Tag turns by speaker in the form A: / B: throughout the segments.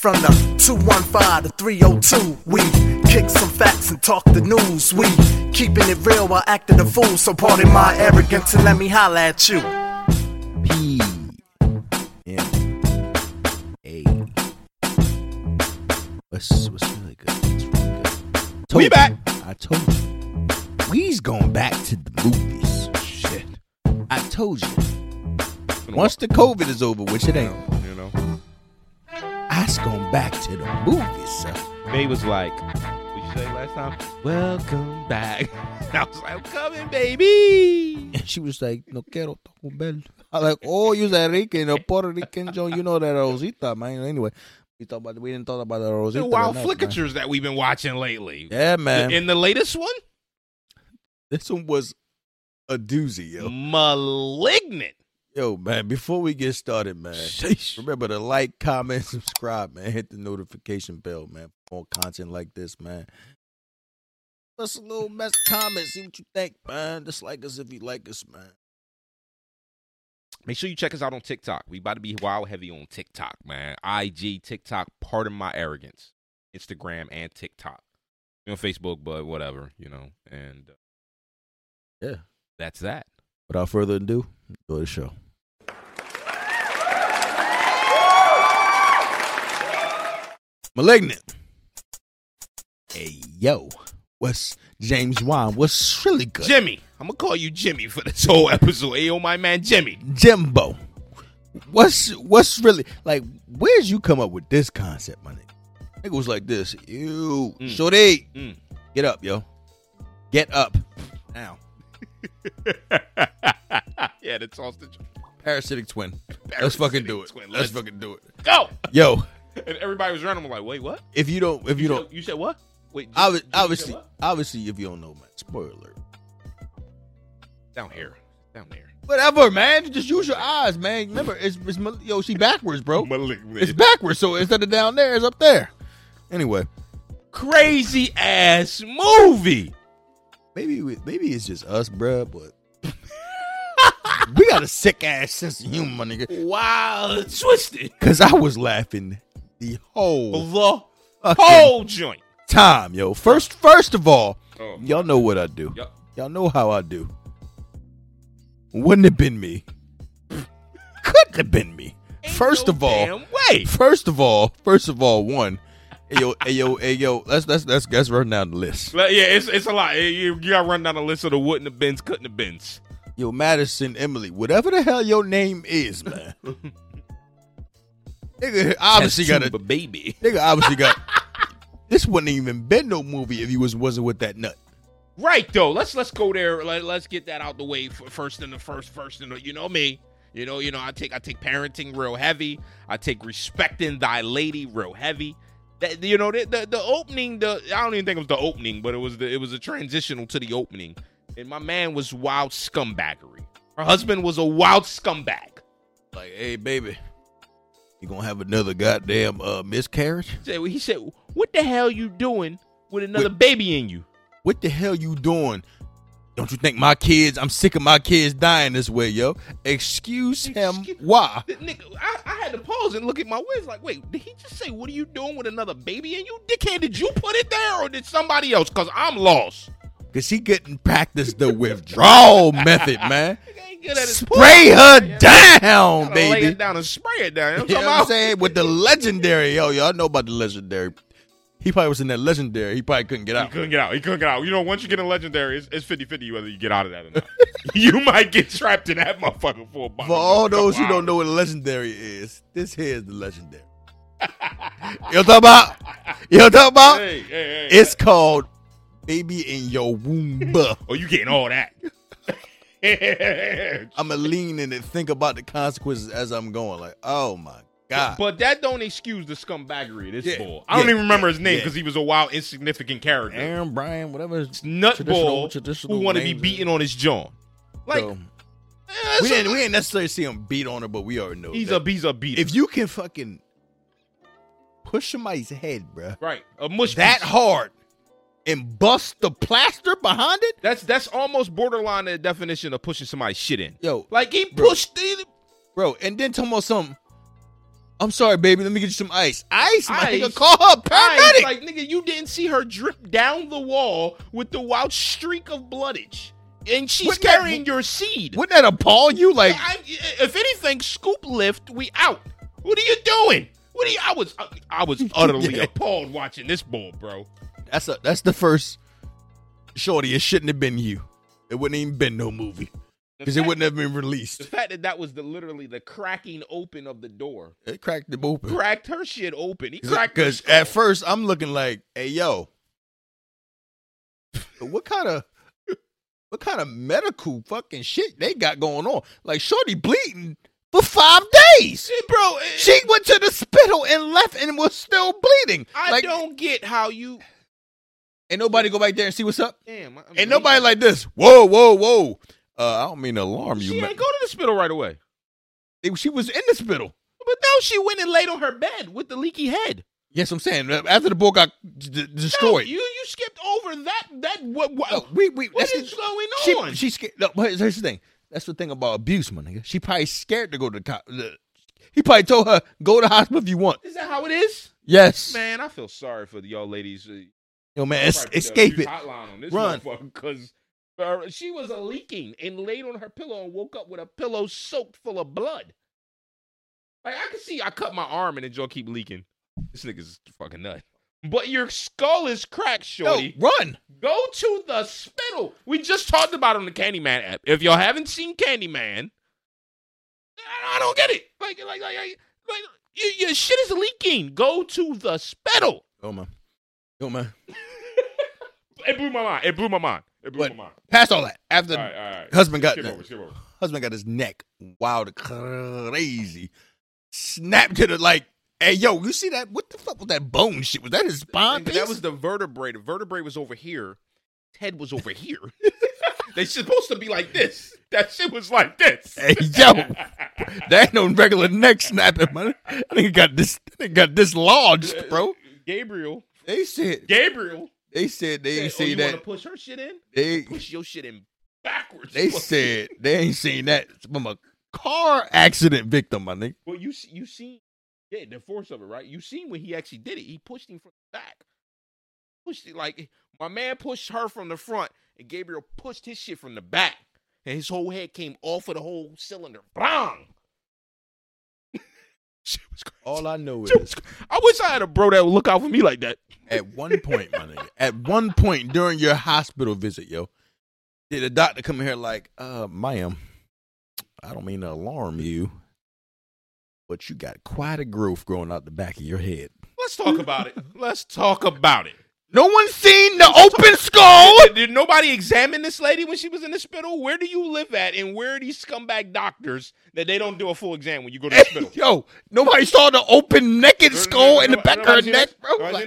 A: From the 215 to 302, we kick some facts and talk the news. We keeping it real while acting a fool. So pardon my arrogance and let me holler at you.
B: P M A. What's what's really good? What's really good?
C: We
B: you.
C: back.
B: I told you. We's going back to the movies. Shit. I told you.
C: Been a
B: Once the COVID is over, which it ain't,
C: while, you know.
B: I's going back to the movies. son.
C: They was like, we say last time, welcome back. I was like, I'm coming, baby.
B: And she was like, no quiero Taco Bell. I like, oh, you're a Rican, a Puerto Rican, Joe. You know that Rosita, man. Anyway, we talk about we didn't talk about the Rosita.
C: The wild
B: tonight, man.
C: flickatures that we've been watching lately.
B: Yeah, man.
C: In the latest one,
B: this one was a doozy, yo.
C: malignant.
B: Mm. Yo, man, before we get started, man, remember to like, comment, subscribe, man. Hit the notification bell, man. For More content like this, man. Give us a little mess comment, see what you think, man. Just like us if you like us, man.
C: Make sure you check us out on TikTok. We about to be wild heavy on TikTok, man. IG, TikTok, pardon my arrogance. Instagram and TikTok. You know, Facebook, but whatever, you know. And uh,
B: Yeah.
C: that's that.
B: Without further ado, enjoy the show. Malignant. Hey, yo. What's James Wan? What's really good?
C: Jimmy. I'm going to call you Jimmy for this whole episode. Hey, yo, my man, Jimmy.
B: Jimbo. What's what's really like? Where'd you come up with this concept, my nigga? Nigga was like this. You,
C: Mm.
B: shorty,
C: Mm.
B: get up, yo, get up. Now,
C: yeah, the sausage.
B: parasitic twin. Let's
C: Parasitic
B: fucking do it.
C: twin. Let's-
B: Let's fucking do it.
C: Go.
B: Yo,
C: And everybody was running. I'm like, wait, what?
B: if you don't, if you don't,
C: You said what? Wait, Jimmy-
B: obvi-
C: Jimmy said
B: obviously,
C: what?
B: obviously, if you don't know, man, spoiler. alert.
C: down here, down there.
B: Whatever, man. Just use your eyes, man. Remember, it's, it's mal- yo, she backwards, bro. It's
C: Malignant.
B: backwards, so instead of down there, it's up there. Anyway,
C: Crazy ass movie.
B: Maybe we, maybe it's just us, bruh, but we got a sick ass sense of humor, my nigga.
C: Wow, it's twisted.
B: Cause I was laughing the whole
C: The
B: fucking
C: whole joint.
B: time, yo. First, first of all,
C: Oh.
B: y'all know what I do.
C: Yup.
B: Y'all know how I do. Wouldn't have been me. Couldn't have been me. First
C: No
B: of all,
C: damn way.
B: first of all, first of all, one. Hey yo, hey yo, hey yo. Let's let's let's let's run down the list.
C: Like, yeah, it's it's a lot. You, you gotta run down the list of the wouldn't have beens, couldn't have beens.
B: Yo, Madison, Emily, whatever the hell your name is, man. nigga obviously got a
C: Tattoo, but baby.
B: nigga obviously got this wouldn't even been no movie if you was wasn't with that nut.
C: Right though. Let's let's go there. Let, let's get that out the way for first and the first first and the, you know me. You know, you know, I take I take parenting real heavy. I take respecting thy lady real heavy. That you know the the, the opening the I don't even think it was the opening, but it was the it was a transitional to the opening. And my man was wild scumbaggery. Her husband was a wild scumbag.
B: Like, hey baby, you gonna have another goddamn uh miscarriage?
C: Say- He said, "What the hell you doing with another baby in you?"
B: What the hell you doing? Don't you think my kids I'm sick of my kids dying this way, yo? Excuse him
C: Excuse-
B: why?
C: The nigga, I, I had to pause and look at my wiz. Like, wait, did he just say, "What are you doing with another baby?" And you, dickhead, did you put it there or did somebody else? Cause I'm lost.
B: Cause he couldn't practice the withdrawal method, man.
C: Nigga ain't good at his
B: Spray her down,
C: Gotta lay
B: baby.
C: it down and spray it down.
B: You know what I'm saying? With the legendary, yo, y'all know about the legendary. He probably was in that legendary. He probably couldn't get
C: He
B: out.
C: couldn't get out. He couldn't get out. You know, once you get in legendary, it's, it's 50-50 whether you get out of that or not. you might get trapped in that motherfucker for a bottle.
B: For all those who don't know what a legendary is, this here is the legendary. you talk about? You talk about?
C: Hey, hey, hey.
B: It's called "Baby in Your Womb."
C: oh, you getting all that.
B: I'ma lean in and think about the consequences as I'm going. Like, oh my god.
C: But that don't excuse the scumbaggery of this
B: Yeah,
C: bull. I don't
B: yeah,
C: even remember
B: yeah,
C: his name
B: yeah.
C: because he was a wild, insignificant character.
B: Aaron Bryan, whatever. his traditional-
C: Nutball who
B: traditional
C: want to be
B: names
C: beaten on his jaw. Like
B: So,
C: eh,
B: we
C: so-
B: didn't we didn't necessarily see him beat on her, but we already know
C: he's
B: that.
C: a he's a beater.
B: if you can fucking push somebody's head, bruh,
C: right a mush
B: that
C: piece.
B: hard and bust the plaster behind it,
C: that's that's almost borderline the definition of pushing somebody's shit in.
B: yo,
C: Like he
B: Bro.
C: pushed the
B: bro, and then tell me something. I'm sorry, baby. Let me get you some ice. Ice? My
C: Ice?
B: nigga, call her
C: Right,
B: paramedic.
C: Like nigga, you didn't see her drip down the wall with the wild streak of bloodage, and she's
B: Wouldn't that-
C: carrying your seed.
B: Wouldn't that appall you? Like,
C: I, if anything, scoop lift. We out. What are you doing? What are you? I was I was utterly
B: Yeah.
C: appalled watching this ball, bro.
B: that's a, that's the first. Shorty, it shouldn't have been you. It wouldn't even been no movie
C: The
B: because it
C: fact-
B: wouldn't have been
C: The
B: released.
C: fact that that was the literally the cracking open of the door
B: It cracked them open.
C: cracked her shit open. He cracked her
B: Because at
C: skull.
B: first I'm looking like, hey yo, what kind of what kind of medical fucking shit they got going on? Like Shorty bleeding for five days.
C: Shit, bro. eh,
B: She went to the spittle and left and was still bleeding.
C: I
B: like,
C: don't get how you.
B: and nobody go back there and see what's up.
C: Damn. I- I mean,
B: Ain't nobody like this. Whoa, whoa, whoa. Uh, I don't mean to alarm
C: She
B: you.
C: ain't
B: man.
C: go to the hospital right away.
B: They- she was in the spittle.
C: But no, she went and laid on her bed with the leaky head.
B: Yes, I'm saying uh, after the boy got d-
C: No,
B: destroyed.
C: you you skipped over that that what what,
B: Oh, we, we,
C: what
B: that's
C: is
B: the-
C: going
B: She,
C: on?
B: she scared. No, but here's here's the thing. That's the thing about abuse, my nigga. She probably scared to go to the cop. the- He probably told her, go to hospital if you want.
C: is that how it is?
B: Yes.
C: Man, I feel sorry for the y'all ladies. uh,
B: Yo, man, es-
C: probably put the
B: escape
C: abuse
B: it.
C: Hotline on this
B: Run.
C: because she was leaking and laid on her pillow and woke up with a pillow soaked full of blood. Like I could see, I cut my arm and it just keep leaking. This nigga's fucking nut. But your skull is cracked,
B: Yo,
C: shorty.
B: run.
C: Go to the spittle. We just talked about it on the Candyman app. If y'all haven't seen Candyman, I I don't get it. Like, like, like, like, like your, your shit is leaking. Go to the spittle.
B: Yo, man. Yo, man.
C: It blew my mind. It blew my mind. It blew
B: But-
C: my mind.
B: Past all that. After
C: All right, all right.
B: husband got
C: skip over. Skip over.
B: husband got his neck wild crazy. Snapped to the like, hey yo, you see that? What the fuck was that bone shit? Was that his spine?
C: And that
B: piece?
C: was the vertebrae. The vertebrae was over here. Ted was over here. they supposed to be like this. That shit was like this.
B: Hey yo, that ain't no regular neck snapping, man. I think it got this. I think it got dislodged, bro.
C: Gabriel.
B: They said
C: Gabriel.
B: They said they ain't
C: said, oh, you
B: seen
C: want to
B: that.
C: push her shit in?
B: They
C: push your shit in backwards.
B: they
C: Well,
B: said they ain't seen that from a car accident victim, my nigga.
C: Well, you see- you seen, yeah, the force of it, right? You seen when he actually did it. He pushed him from the back. Pushed it like my man pushed her from the front, and Gabriel pushed his shit from the back, and his whole head came off of the whole cylinder. Bang! Shit was crazy.
B: All I know
C: Shit was cra- I wish I had a bro that would look out for me like that.
B: at one point, my nigga, at one point during your hospital visit, yo, did a doctor come in here like, uh, ma'am, I don't mean to alarm you, but you got quite a growth growing out the back of your head.
C: Let's talk about it. Let's talk about it.
B: No one seen the open skull.
C: Did, did nobody examine this lady when she was in the hospital? Where do you live at, and where are these scumbag doctors that they don't do a full exam when you go to the
B: Hey,
C: hospital?
B: yo, nobody saw the open naked skull in the back of her neck, bro.
C: Nobody
B: Like,
C: seen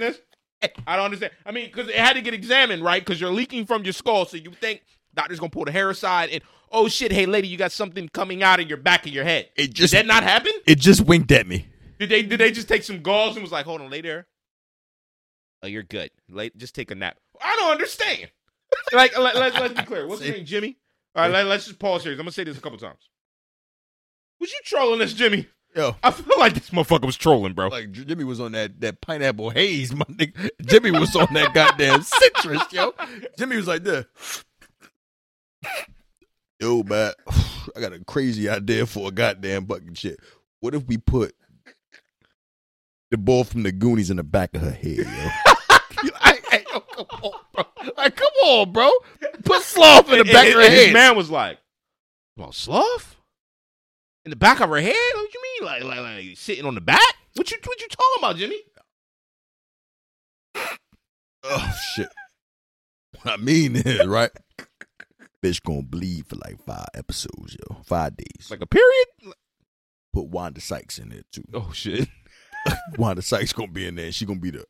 C: this? I don't understand. I mean, because it had to get examined, right? Because you're leaking from your skull, so you think doctor's gonna pull the hair aside and oh shit, hey lady, you got something coming out of your back of your head.
B: it just
C: did that not happen?
B: it just winked at me.
C: Did they did they just take some gauze and was like, hold on, lay there. Oh, you're good. Lay, just take a nap. I don't understand. like, let, let, let's be clear. What's your name, Jimmy? All right, let, us just pause here. 'cause I'm gonna say this a couple times. Was you trolling us, Jimmy?
B: Yo,
C: I feel like this motherfucker was trolling, bro.
B: like J- Jimmy was on that that pineapple haze, my nigga. Jimmy was on that goddamn citrus, yo. Jimmy was like this. Yo, man, I got a crazy idea for a goddamn bucket shit. What if we put the ball from the Goonies in the back of her head, yo? I, I- yo, come on, bro. Like, come on, bro. Put sloth in the back
C: And-
B: of her
C: and his
B: head.
C: man was like, "Well, sloth in the back of her head? What you mean? Like, like, like sitting on the back? What you, what you talking about, Jimmy?
B: Oh shit. What I mean is, right? Bitch gonna bleed for like five episodes, yo. Five days.
C: Like a period?
B: Put Wanda Sykes in there too.
C: Oh shit!
B: Wanda Sykes gonna be in there. and She gonna be the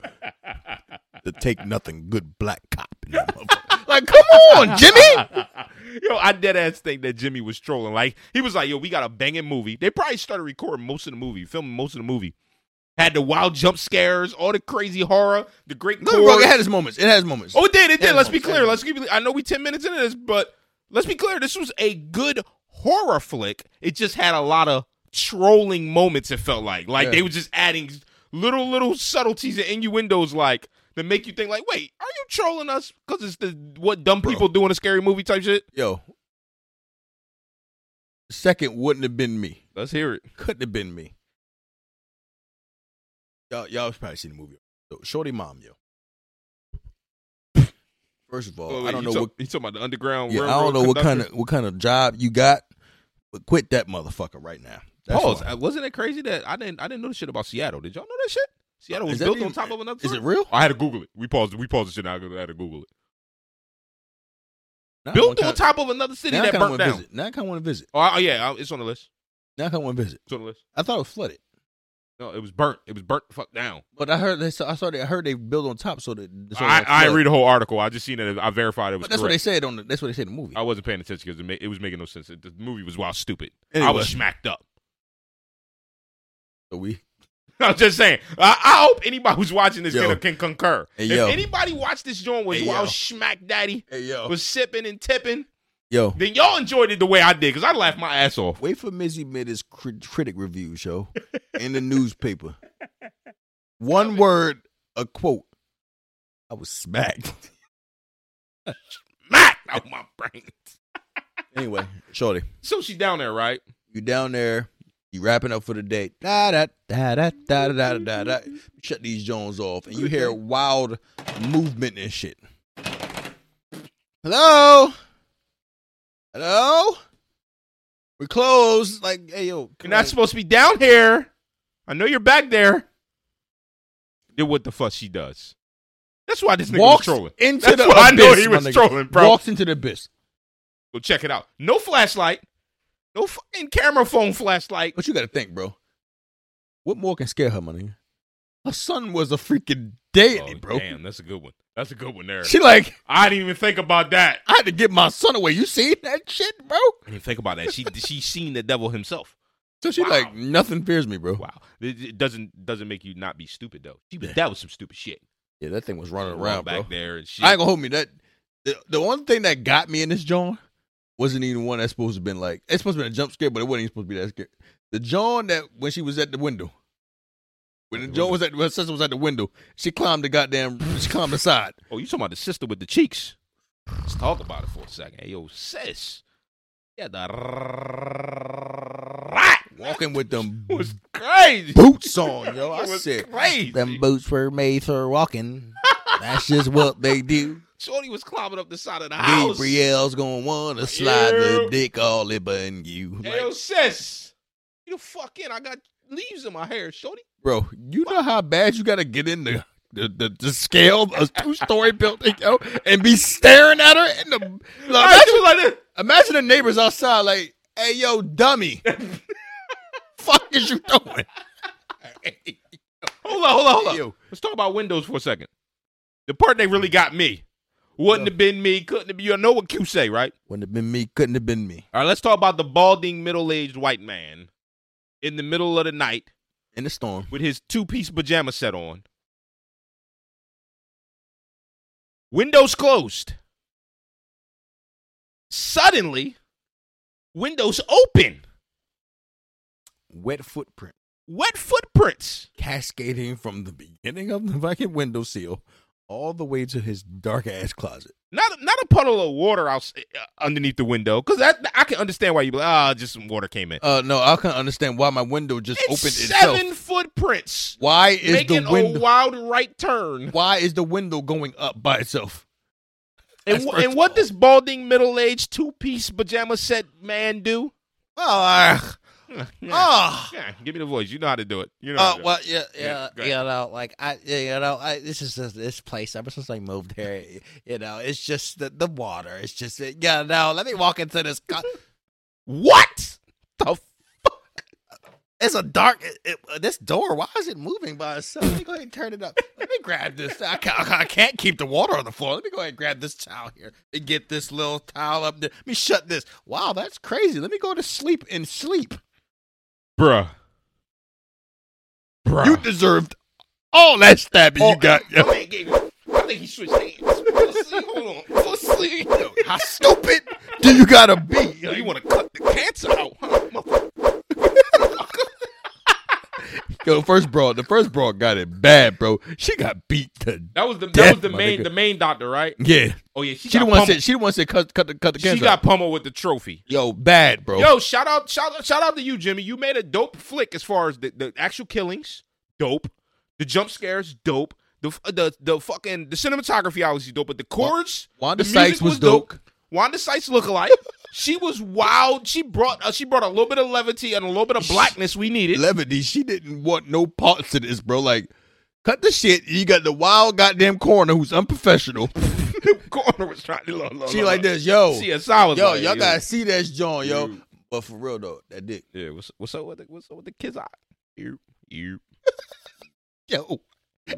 B: the take nothing good black cop. In that motherfucker. like, come on, Jimmy.
C: yo, I dead ass think that Jimmy was trolling. Like he was like, "Yo, we got a banging movie." They probably started recording most of the movie, filming most of the movie. Had the wild jump scares, all the crazy horror, the great
B: No, wrong.
C: chords.
B: It had its moments. It has moments.
C: Oh, it did. It
B: Yeah,
C: did. Let's be
B: yeah.
C: clear. Let's keep. I know we ten minutes into this, but let's be clear. This was a good horror flick. It just had a lot of trolling moments. It felt like like
B: Yeah.
C: they were just adding little little subtleties and innuendos like that make you think like, wait, are you trolling us? Because it's the what dumb
B: Bro.
C: people do in a scary movie type shit.
B: Yo, second wouldn't have been me.
C: Let's hear it.
B: Couldn't have been me. Y'all, y'all probably seen the movie. Yo, Shorty mom, yo. First of all,
C: Oh, wait,
B: I don't
C: you
B: know
C: talk-
B: what.
C: you talking about the underground.
B: Yeah, I
C: Railroad
B: don't know what kind
C: conductor?
B: of what kind of job you got, but quit that motherfucker right now. That's
C: Pause.
B: why.
C: Uh, Wasn't it crazy that I didn't I didn't know the shit about Seattle? Did y'all know that shit? Seattle was
B: Is that
C: built
B: even-
C: on top of another.
B: Is it
C: town.
B: real?
C: I had to Google it. We paused. We paused the shit. I had to Google it.
B: Now I
C: built
B: wanna
C: on
B: kinda-
C: top of another city
B: now I
C: that
B: kinda
C: burnt
B: wanna
C: down.
B: Visit. Now I kind of want to visit.
C: Oh, I- oh, yeah, I- it's on the list.
B: Now I kind of want to visit.
C: It's on the list.
B: I thought it was flooded,
C: No, it was burnt. It was burnt. the Fuck down.
B: but I heard they. saw- I saw they. I heard they built on top, so that. so
C: I,
B: it
C: I
B: flooded.
C: read a whole article. I just seen it. I verified it was
B: But that's what they
C: correct. Oh.
B: said on. The, that's what they said in the movie.
C: I wasn't paying attention because it, ma- it was making no sense. It- the movie was wild stupid. I
B: Anyway.
C: was smacked up.
B: So we
C: I'm just saying. I, I hope anybody who's watching this
B: Yo.
C: can, can concur.
B: Hey,
C: if
B: yo.
C: anybody watched this joint was
B: Hey,
C: while
B: yo. Oh.
C: smack daddy
B: Hey yo,
C: was sipping and tipping,
B: yo,
C: then y'all enjoyed it the way I did because I laughed my ass off.
B: wait for Mizzy Midda's cri- critic review show in the newspaper. One word, a quote. I was smacked.
C: Smack out my brain.
B: anyway, Shorty,
C: So she down there, right?
B: you down there? You wrapping up for the day? Da da da da da da da da. da. Shut these Jones off, and you hear wild movement and shit. Hello, hello. We're closed. Like, hey yo,
C: You're not supposed to be down here. I know you're back there. Then what the fuck she does? That's why this nigga
B: walks
C: was trolling.
B: into
C: That's
B: the
C: why I
B: abyss.
C: know he
B: my
C: was
B: nigga.
C: trolling, bro.
B: Walks into the abyss.
C: So check it out. No flashlight. No fucking camera phone flashlight.
B: But you got to think, bro. What more can scare her, my nigga? Her son was a freaking deity,
C: Oh,
B: bro.
C: Damn, that's a good one. That's a good one there.
B: She like,
C: I didn't even think about that.
B: I had to get my son away. You seen that shit, bro?
C: I didn't think about that. She she seen the devil himself.
B: So she
C: Wow.
B: like, nothing fears me, bro.
C: Wow. It, it doesn't doesn't make you not be stupid though. She was, that was some stupid shit.
B: Yeah, that thing was running
C: Run
B: around,
C: back
B: bro.
C: there and shit.
B: I ain't gonna hold me. That the, the one thing that got me in this John wasn't even one that's supposed to been like it's supposed to been a jump scare, but it wasn't even supposed to be that scary. The John that when she was at the window, when the
C: At the
B: John was at when her sister was at the window, she climbed the goddamn she climbed the side.
C: Oh, you talking about the sister with the cheeks? Let's talk about it for a second. Hey, yo, sis. Yeah, the rat
B: walking with them
C: was crazy.
B: boots on, yo. I
C: It was
B: said,
C: crazy.
B: them boots were made for walking. That's just what they do.
C: Shorty was climbing up the side of the house.
B: Gabriel's gonna wanna slide
C: Ew.
B: the dick all up in you,
C: Hey, yo, sis. You the fuck in. I got leaves in my hair, Shorty.
B: bro. You know how bad you gotta get in the the, the, the scale of a two story building, yo, and be staring at her in the. Like,
C: I
B: imagine,
C: do like this.
B: imagine the neighbors outside, like, "Hey, yo, dummy, fuck is you doing?"
C: Hold on, hold on, hold on.
B: Hey, yo.
C: Let's talk about windows for a second. The part that really got me. Wouldn't
B: Yeah.
C: have been me, couldn't have been you. I know what Q say, right?
B: Wouldn't have been me. Couldn't have been me.
C: All right, let's talk about the balding middle aged white man in the middle of the night
B: In the storm.
C: with his two piece pajama set on. Windows closed. Suddenly, windows open.
B: Wet footprint.
C: Wet footprints.
B: cascading from the beginning of the fucking window seal all the way to his dark ass closet.
C: Not not a puddle of water out uh, underneath the window, because that I can understand why you be like, ah, just some water came in.
B: Uh, no, I can't understand why my window just
C: It's
B: opened
C: seven
B: itself.
C: footprints
B: Why is
C: making
B: the window?
C: a wild right turn.
B: why is the window going up by itself?
C: And,
B: That's
C: wh-
B: first
C: and
B: of
C: what
B: all.
C: does balding middle aged two piece pajama set man do?
B: Oh,
C: Yeah.
B: ah,
C: Yeah, give me the voice. You know how to do it. You know. how
D: Uh,
C: to do
D: well, yeah,
C: Yeah,
D: yeah,
C: go
D: you know, like I, you know, I, this is just this place. Ever since I moved here, you know, it's just the, the water. It's just, yeah, no. Let me walk into this. Co-
C: it. What?
D: the fuck? It's a dark. It, it- this door. Why is it moving by itself? Let me go ahead and turn it up. Let me grab this. I can't, I can't keep the water on the floor. Let me go ahead and grab this towel here and get this little towel up there. Let me shut this. Wow, that's crazy. Let me go to sleep and sleep.
C: Bruh. Bruh.
B: you deserved all that stabbing you got.
C: I think he- I think he switched hands. Let's see, Hold on. Let's see.
B: How stupid do you gotta be?
C: Yo, you want to cut the cancer out, huh?
B: Yo, the first broad, the first broad got it bad, bro. She got beat to
C: That was the that
B: Death,
C: was the
B: my
C: main
B: nigga.
C: the main doctor, right?
B: yeah.
C: Oh yeah, she,
B: She the
C: got
B: one
C: pummeled.
B: said she the one said cut cut the cut the
C: She
B: cancer.
C: got pummeled with the trophy.
B: Yo, bad, bro.
C: Yo, shout out shout out shout out to you, Jimmy. You made a dope flick as far as the, the actual killings, dope. The jump scares, dope. The f- the the fucking the cinematography obviously dope, but the chords,
B: Wanda
C: the music
B: Sykes was dope.
C: Wanda Sykes look alike. she was wild. She brought uh, she brought a little bit of levity and a little bit of blackness we needed.
B: Levity, she didn't want no parts to this, bro. Like, cut the shit. You got the wild goddamn coroner who's unprofessional.
C: Corner was trying to look, look,
B: she
C: look,
B: like
C: look.
B: this, yo.
C: See, it's- I was
B: Yo,
C: like,
B: y'all
C: yeah.
B: gotta see that's John, yo. But for real though, that dick.
C: Yeah, what's what's up with the, what's up with the kids? Eye? You you.
B: Yo.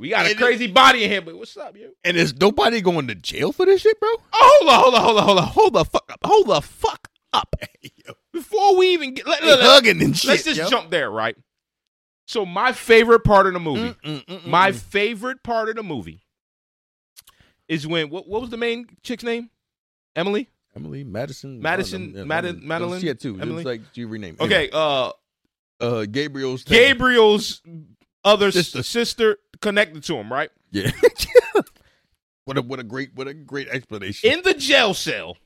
C: We got a
B: And it-
C: crazy body in here, but what's up, yo?
B: And is nobody going to jail for this shit, bro?
C: Oh, hold on, hold on, hold on, hold on, hold the fuck up, hold the fuck up. Before we even get, let,
B: They
C: let- let-
B: hugging and shit.
C: let's just jump there, right? So my favorite part of the movie,
B: Mm,
C: my favorite part of the movie, is when what what was the main chick's name? Emily.
B: Emily Madison.
C: Madison- Mad- Madeline?
B: Yeah, too. It
C: Emily?
B: was like you renamed.
C: Okay, uh,
B: Uh, Gabriel's.
C: Gabriel's other
B: Sister.
C: sister. connected to him, right?
B: Yeah. what a what a great what a great explanation.
C: In the jail cell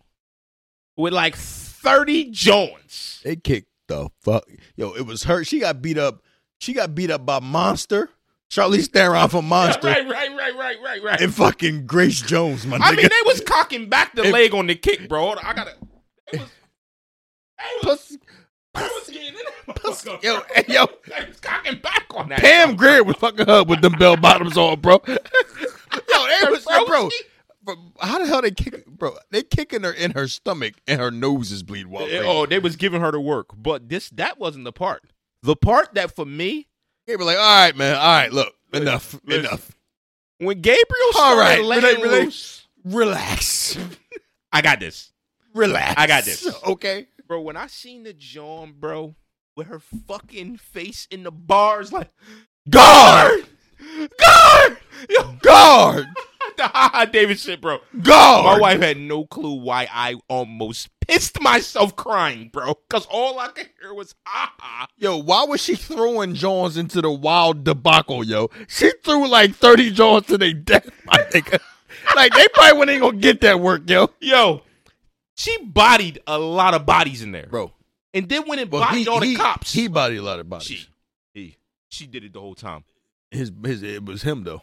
C: with like thirty Jones.
B: They kicked the fuck. Yo, it was her. She got beat up. She got beat up by Monster. Charlize Theron for Monster.
C: Right, right, right, right, right, right.
B: And fucking Grace Jones, my
C: I
B: nigga.
C: mean, they was cocking back the
B: If-
C: leg on the kick, bro. Hold on, I gotta. They was, they was, they was getting in that motherfucker.
B: yo, hey, yo.
C: They was cocking back on that.
B: Pam
C: motherfucker.
B: Greer was fucking her with them bell bottoms on, bro. Yo, they was
C: Bro,
B: bro.
C: she-
B: bro, How the hell they kick, bro? They kicking her in her stomach, and her nose is bleeding. While
C: Eh,
B: they-
C: Oh, they was giving her the work, but this that wasn't the part. The part that for me,
B: They were like, all right, man, all right, look, enough,
C: listen.
B: enough,
C: when Gabriel
B: All
C: started
B: right,
C: laying
B: relate, relate.
C: loose,
B: relax,
C: I got this,
B: relax.
C: I got this.
B: Okay,
C: bro. When I seen the John, bro, with her fucking face in the bars, like
B: guard,
C: God, yo,
B: guard,
C: the Ha Ha David shit, bro.
B: guard.
C: My wife had no clue why I almost pissed myself crying, bro. Cause all I could hear was ah ah.
B: Yo, why was she throwing Johns into the wild debacle, yo? She threw like 30 Johns to their death, my nigga. like, they probably wasn't even gonna get that work, yo.
C: Yo, she bodied a lot of bodies in there,
B: Bro,
C: And then when it bodied all the cops,
B: He bodied a lot of bodies.
C: she, he, she did it the whole time.
B: His, his, it was him, though.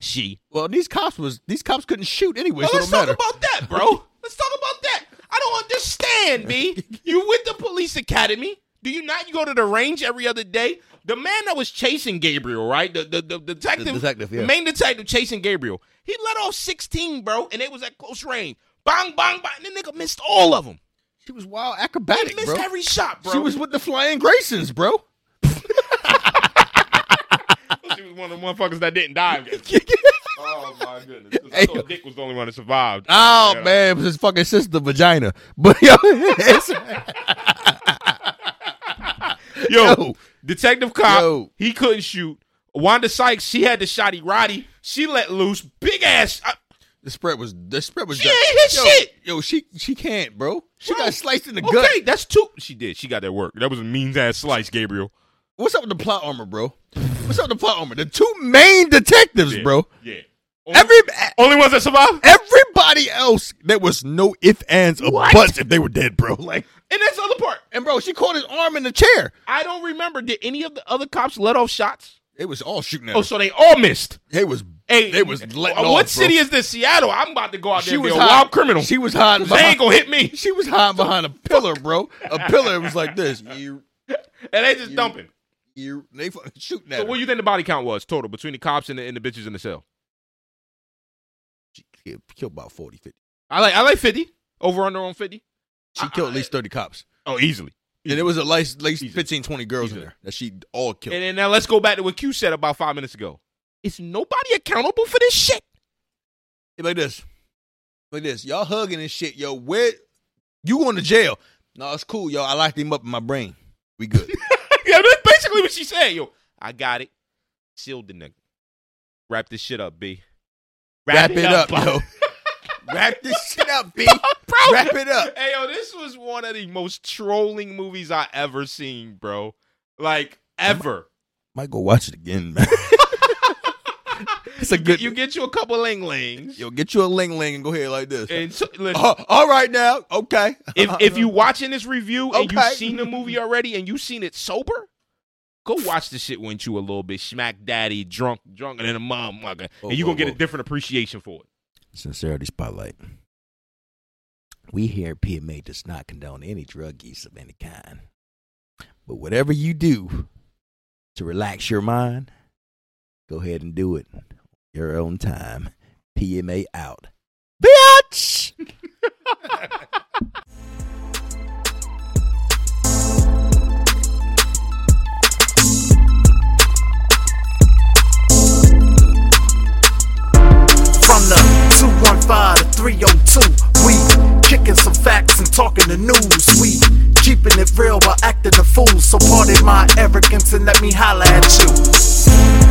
C: She.
B: Well, these cops was these cops couldn't shoot anyway,
C: Well,
B: so it
C: let's
B: don't
C: talk
B: matter.
C: about that, bro. let's talk about that. I don't understand, B. You with the police academy? Do you not? You go to the range every other day. The man that was chasing Gabriel, right? The the, the detective,
B: The detective, yeah.
C: the main detective chasing Gabriel. He let off sixteen, bro, and they was at close range. Bang, bang, bang. And the nigga missed all of them.
B: she was wild
C: He
B: acrobatic,
C: missed
B: bro.
C: every shot, bro.
B: She was with the Flying Graysons, bro.
C: she was one of the motherfuckers that didn't die. oh my goodness!
B: I thought
C: Dick was the only one that survived.
B: Oh
C: Yeah.
B: man, it was his fucking sister vagina. But yo, it's,
C: Yo,
B: Yo.
C: Detective Cop,
B: Yo.
C: he couldn't shoot. Wanda Sykes, she had the shotty Roddy. She let loose. Big ass. uh, I-
B: the spread was the spread was
C: She ain't hit
B: yo,
C: shit.
B: Yo, she she can't, bro. She
C: Bro.
B: got sliced in the gut.
C: okay, that's two. She did. She got that work. That was a mean ass slice, Gabriel.
B: What's up with the plot armor, bro? What's up with the plot armor? The two main detectives,
C: Yeah.
B: bro.
C: Yeah. Only,
B: Every
C: only ones that survived?
B: everybody else, there was no ifs, ands, or
C: What?
B: buts if they were dead, bro. Like,
C: And that's the other part.
B: and bro, she caught his arm in the chair.
C: I don't remember. Did any of the other cops let off shots?
B: They was all shooting at
C: Oh,
B: us.
C: so they all missed.
B: They was
C: Hey,
B: they was letting
C: what
B: off, bro.
C: city is this? Seattle. I'm about to go out there
B: She
C: and be
B: was
C: a
B: hiding-
C: wild criminal.
B: She was hiding.
C: they ain't
B: Behind,
C: gonna hit me.
B: she was hiding behind a pillar, bro. A pillar was like this. You,
C: And they just dumping.
B: you, they fucking shooting at
C: So
B: her.
C: what do you think the body count was total between the cops and the, and the bitches in the cell?
B: She killed, killed about 40, 50.
C: I like I like fifty over under on fifty.
B: She killed at least thirty cops,
C: Oh, easily.
B: and there was at least, at least
C: Jesus.
B: 15, 20 girls in
C: Jesus.
B: there that she all killed.
C: And then now let's go back to what Q said about five minutes ago. Is nobody accountable for this shit?
B: It like this, like this. Y'all hugging and shit. Yo, where you going to jail? No, it's cool, yo. I locked him up in my brain. We good.
C: yeah, that's basically what she said. Yo, I got it. Sealed the nigga. Wrap this shit up, B.
B: Wrap it up,
C: bro.
B: yo. Wrap this shit up, B.
C: Bro.
B: Wrap it up.
C: Hey, yo, this was one of the most trolling movies I ever seen, bro. Like ever.
B: Might go watch it again, man. it's a good.
C: You get you a couple ling lings.
B: yo, get you a ling ling and go here like this.
C: And so, listen,
B: Uh, all right now, okay.
C: if if you watching this review and you've
B: Okay.
C: seen the movie already and you've seen it sober, go watch the shit when you a little bit smack daddy drunk drunker than a mom mugger,
B: Whoa,
C: and you are
B: whoa,
C: gonna get a
B: whoa.
C: different appreciation for it.
B: Sincerity Spotlight. We here at PMA does not condone any drug use of any kind. But whatever you do to relax your mind, go ahead and do it your own time. PMA out. Bitch!
A: From the 215 to 302, we kicking some facts and talking the news. We keeping it real while acting a fool. So pardon my arrogance and let me holla at you.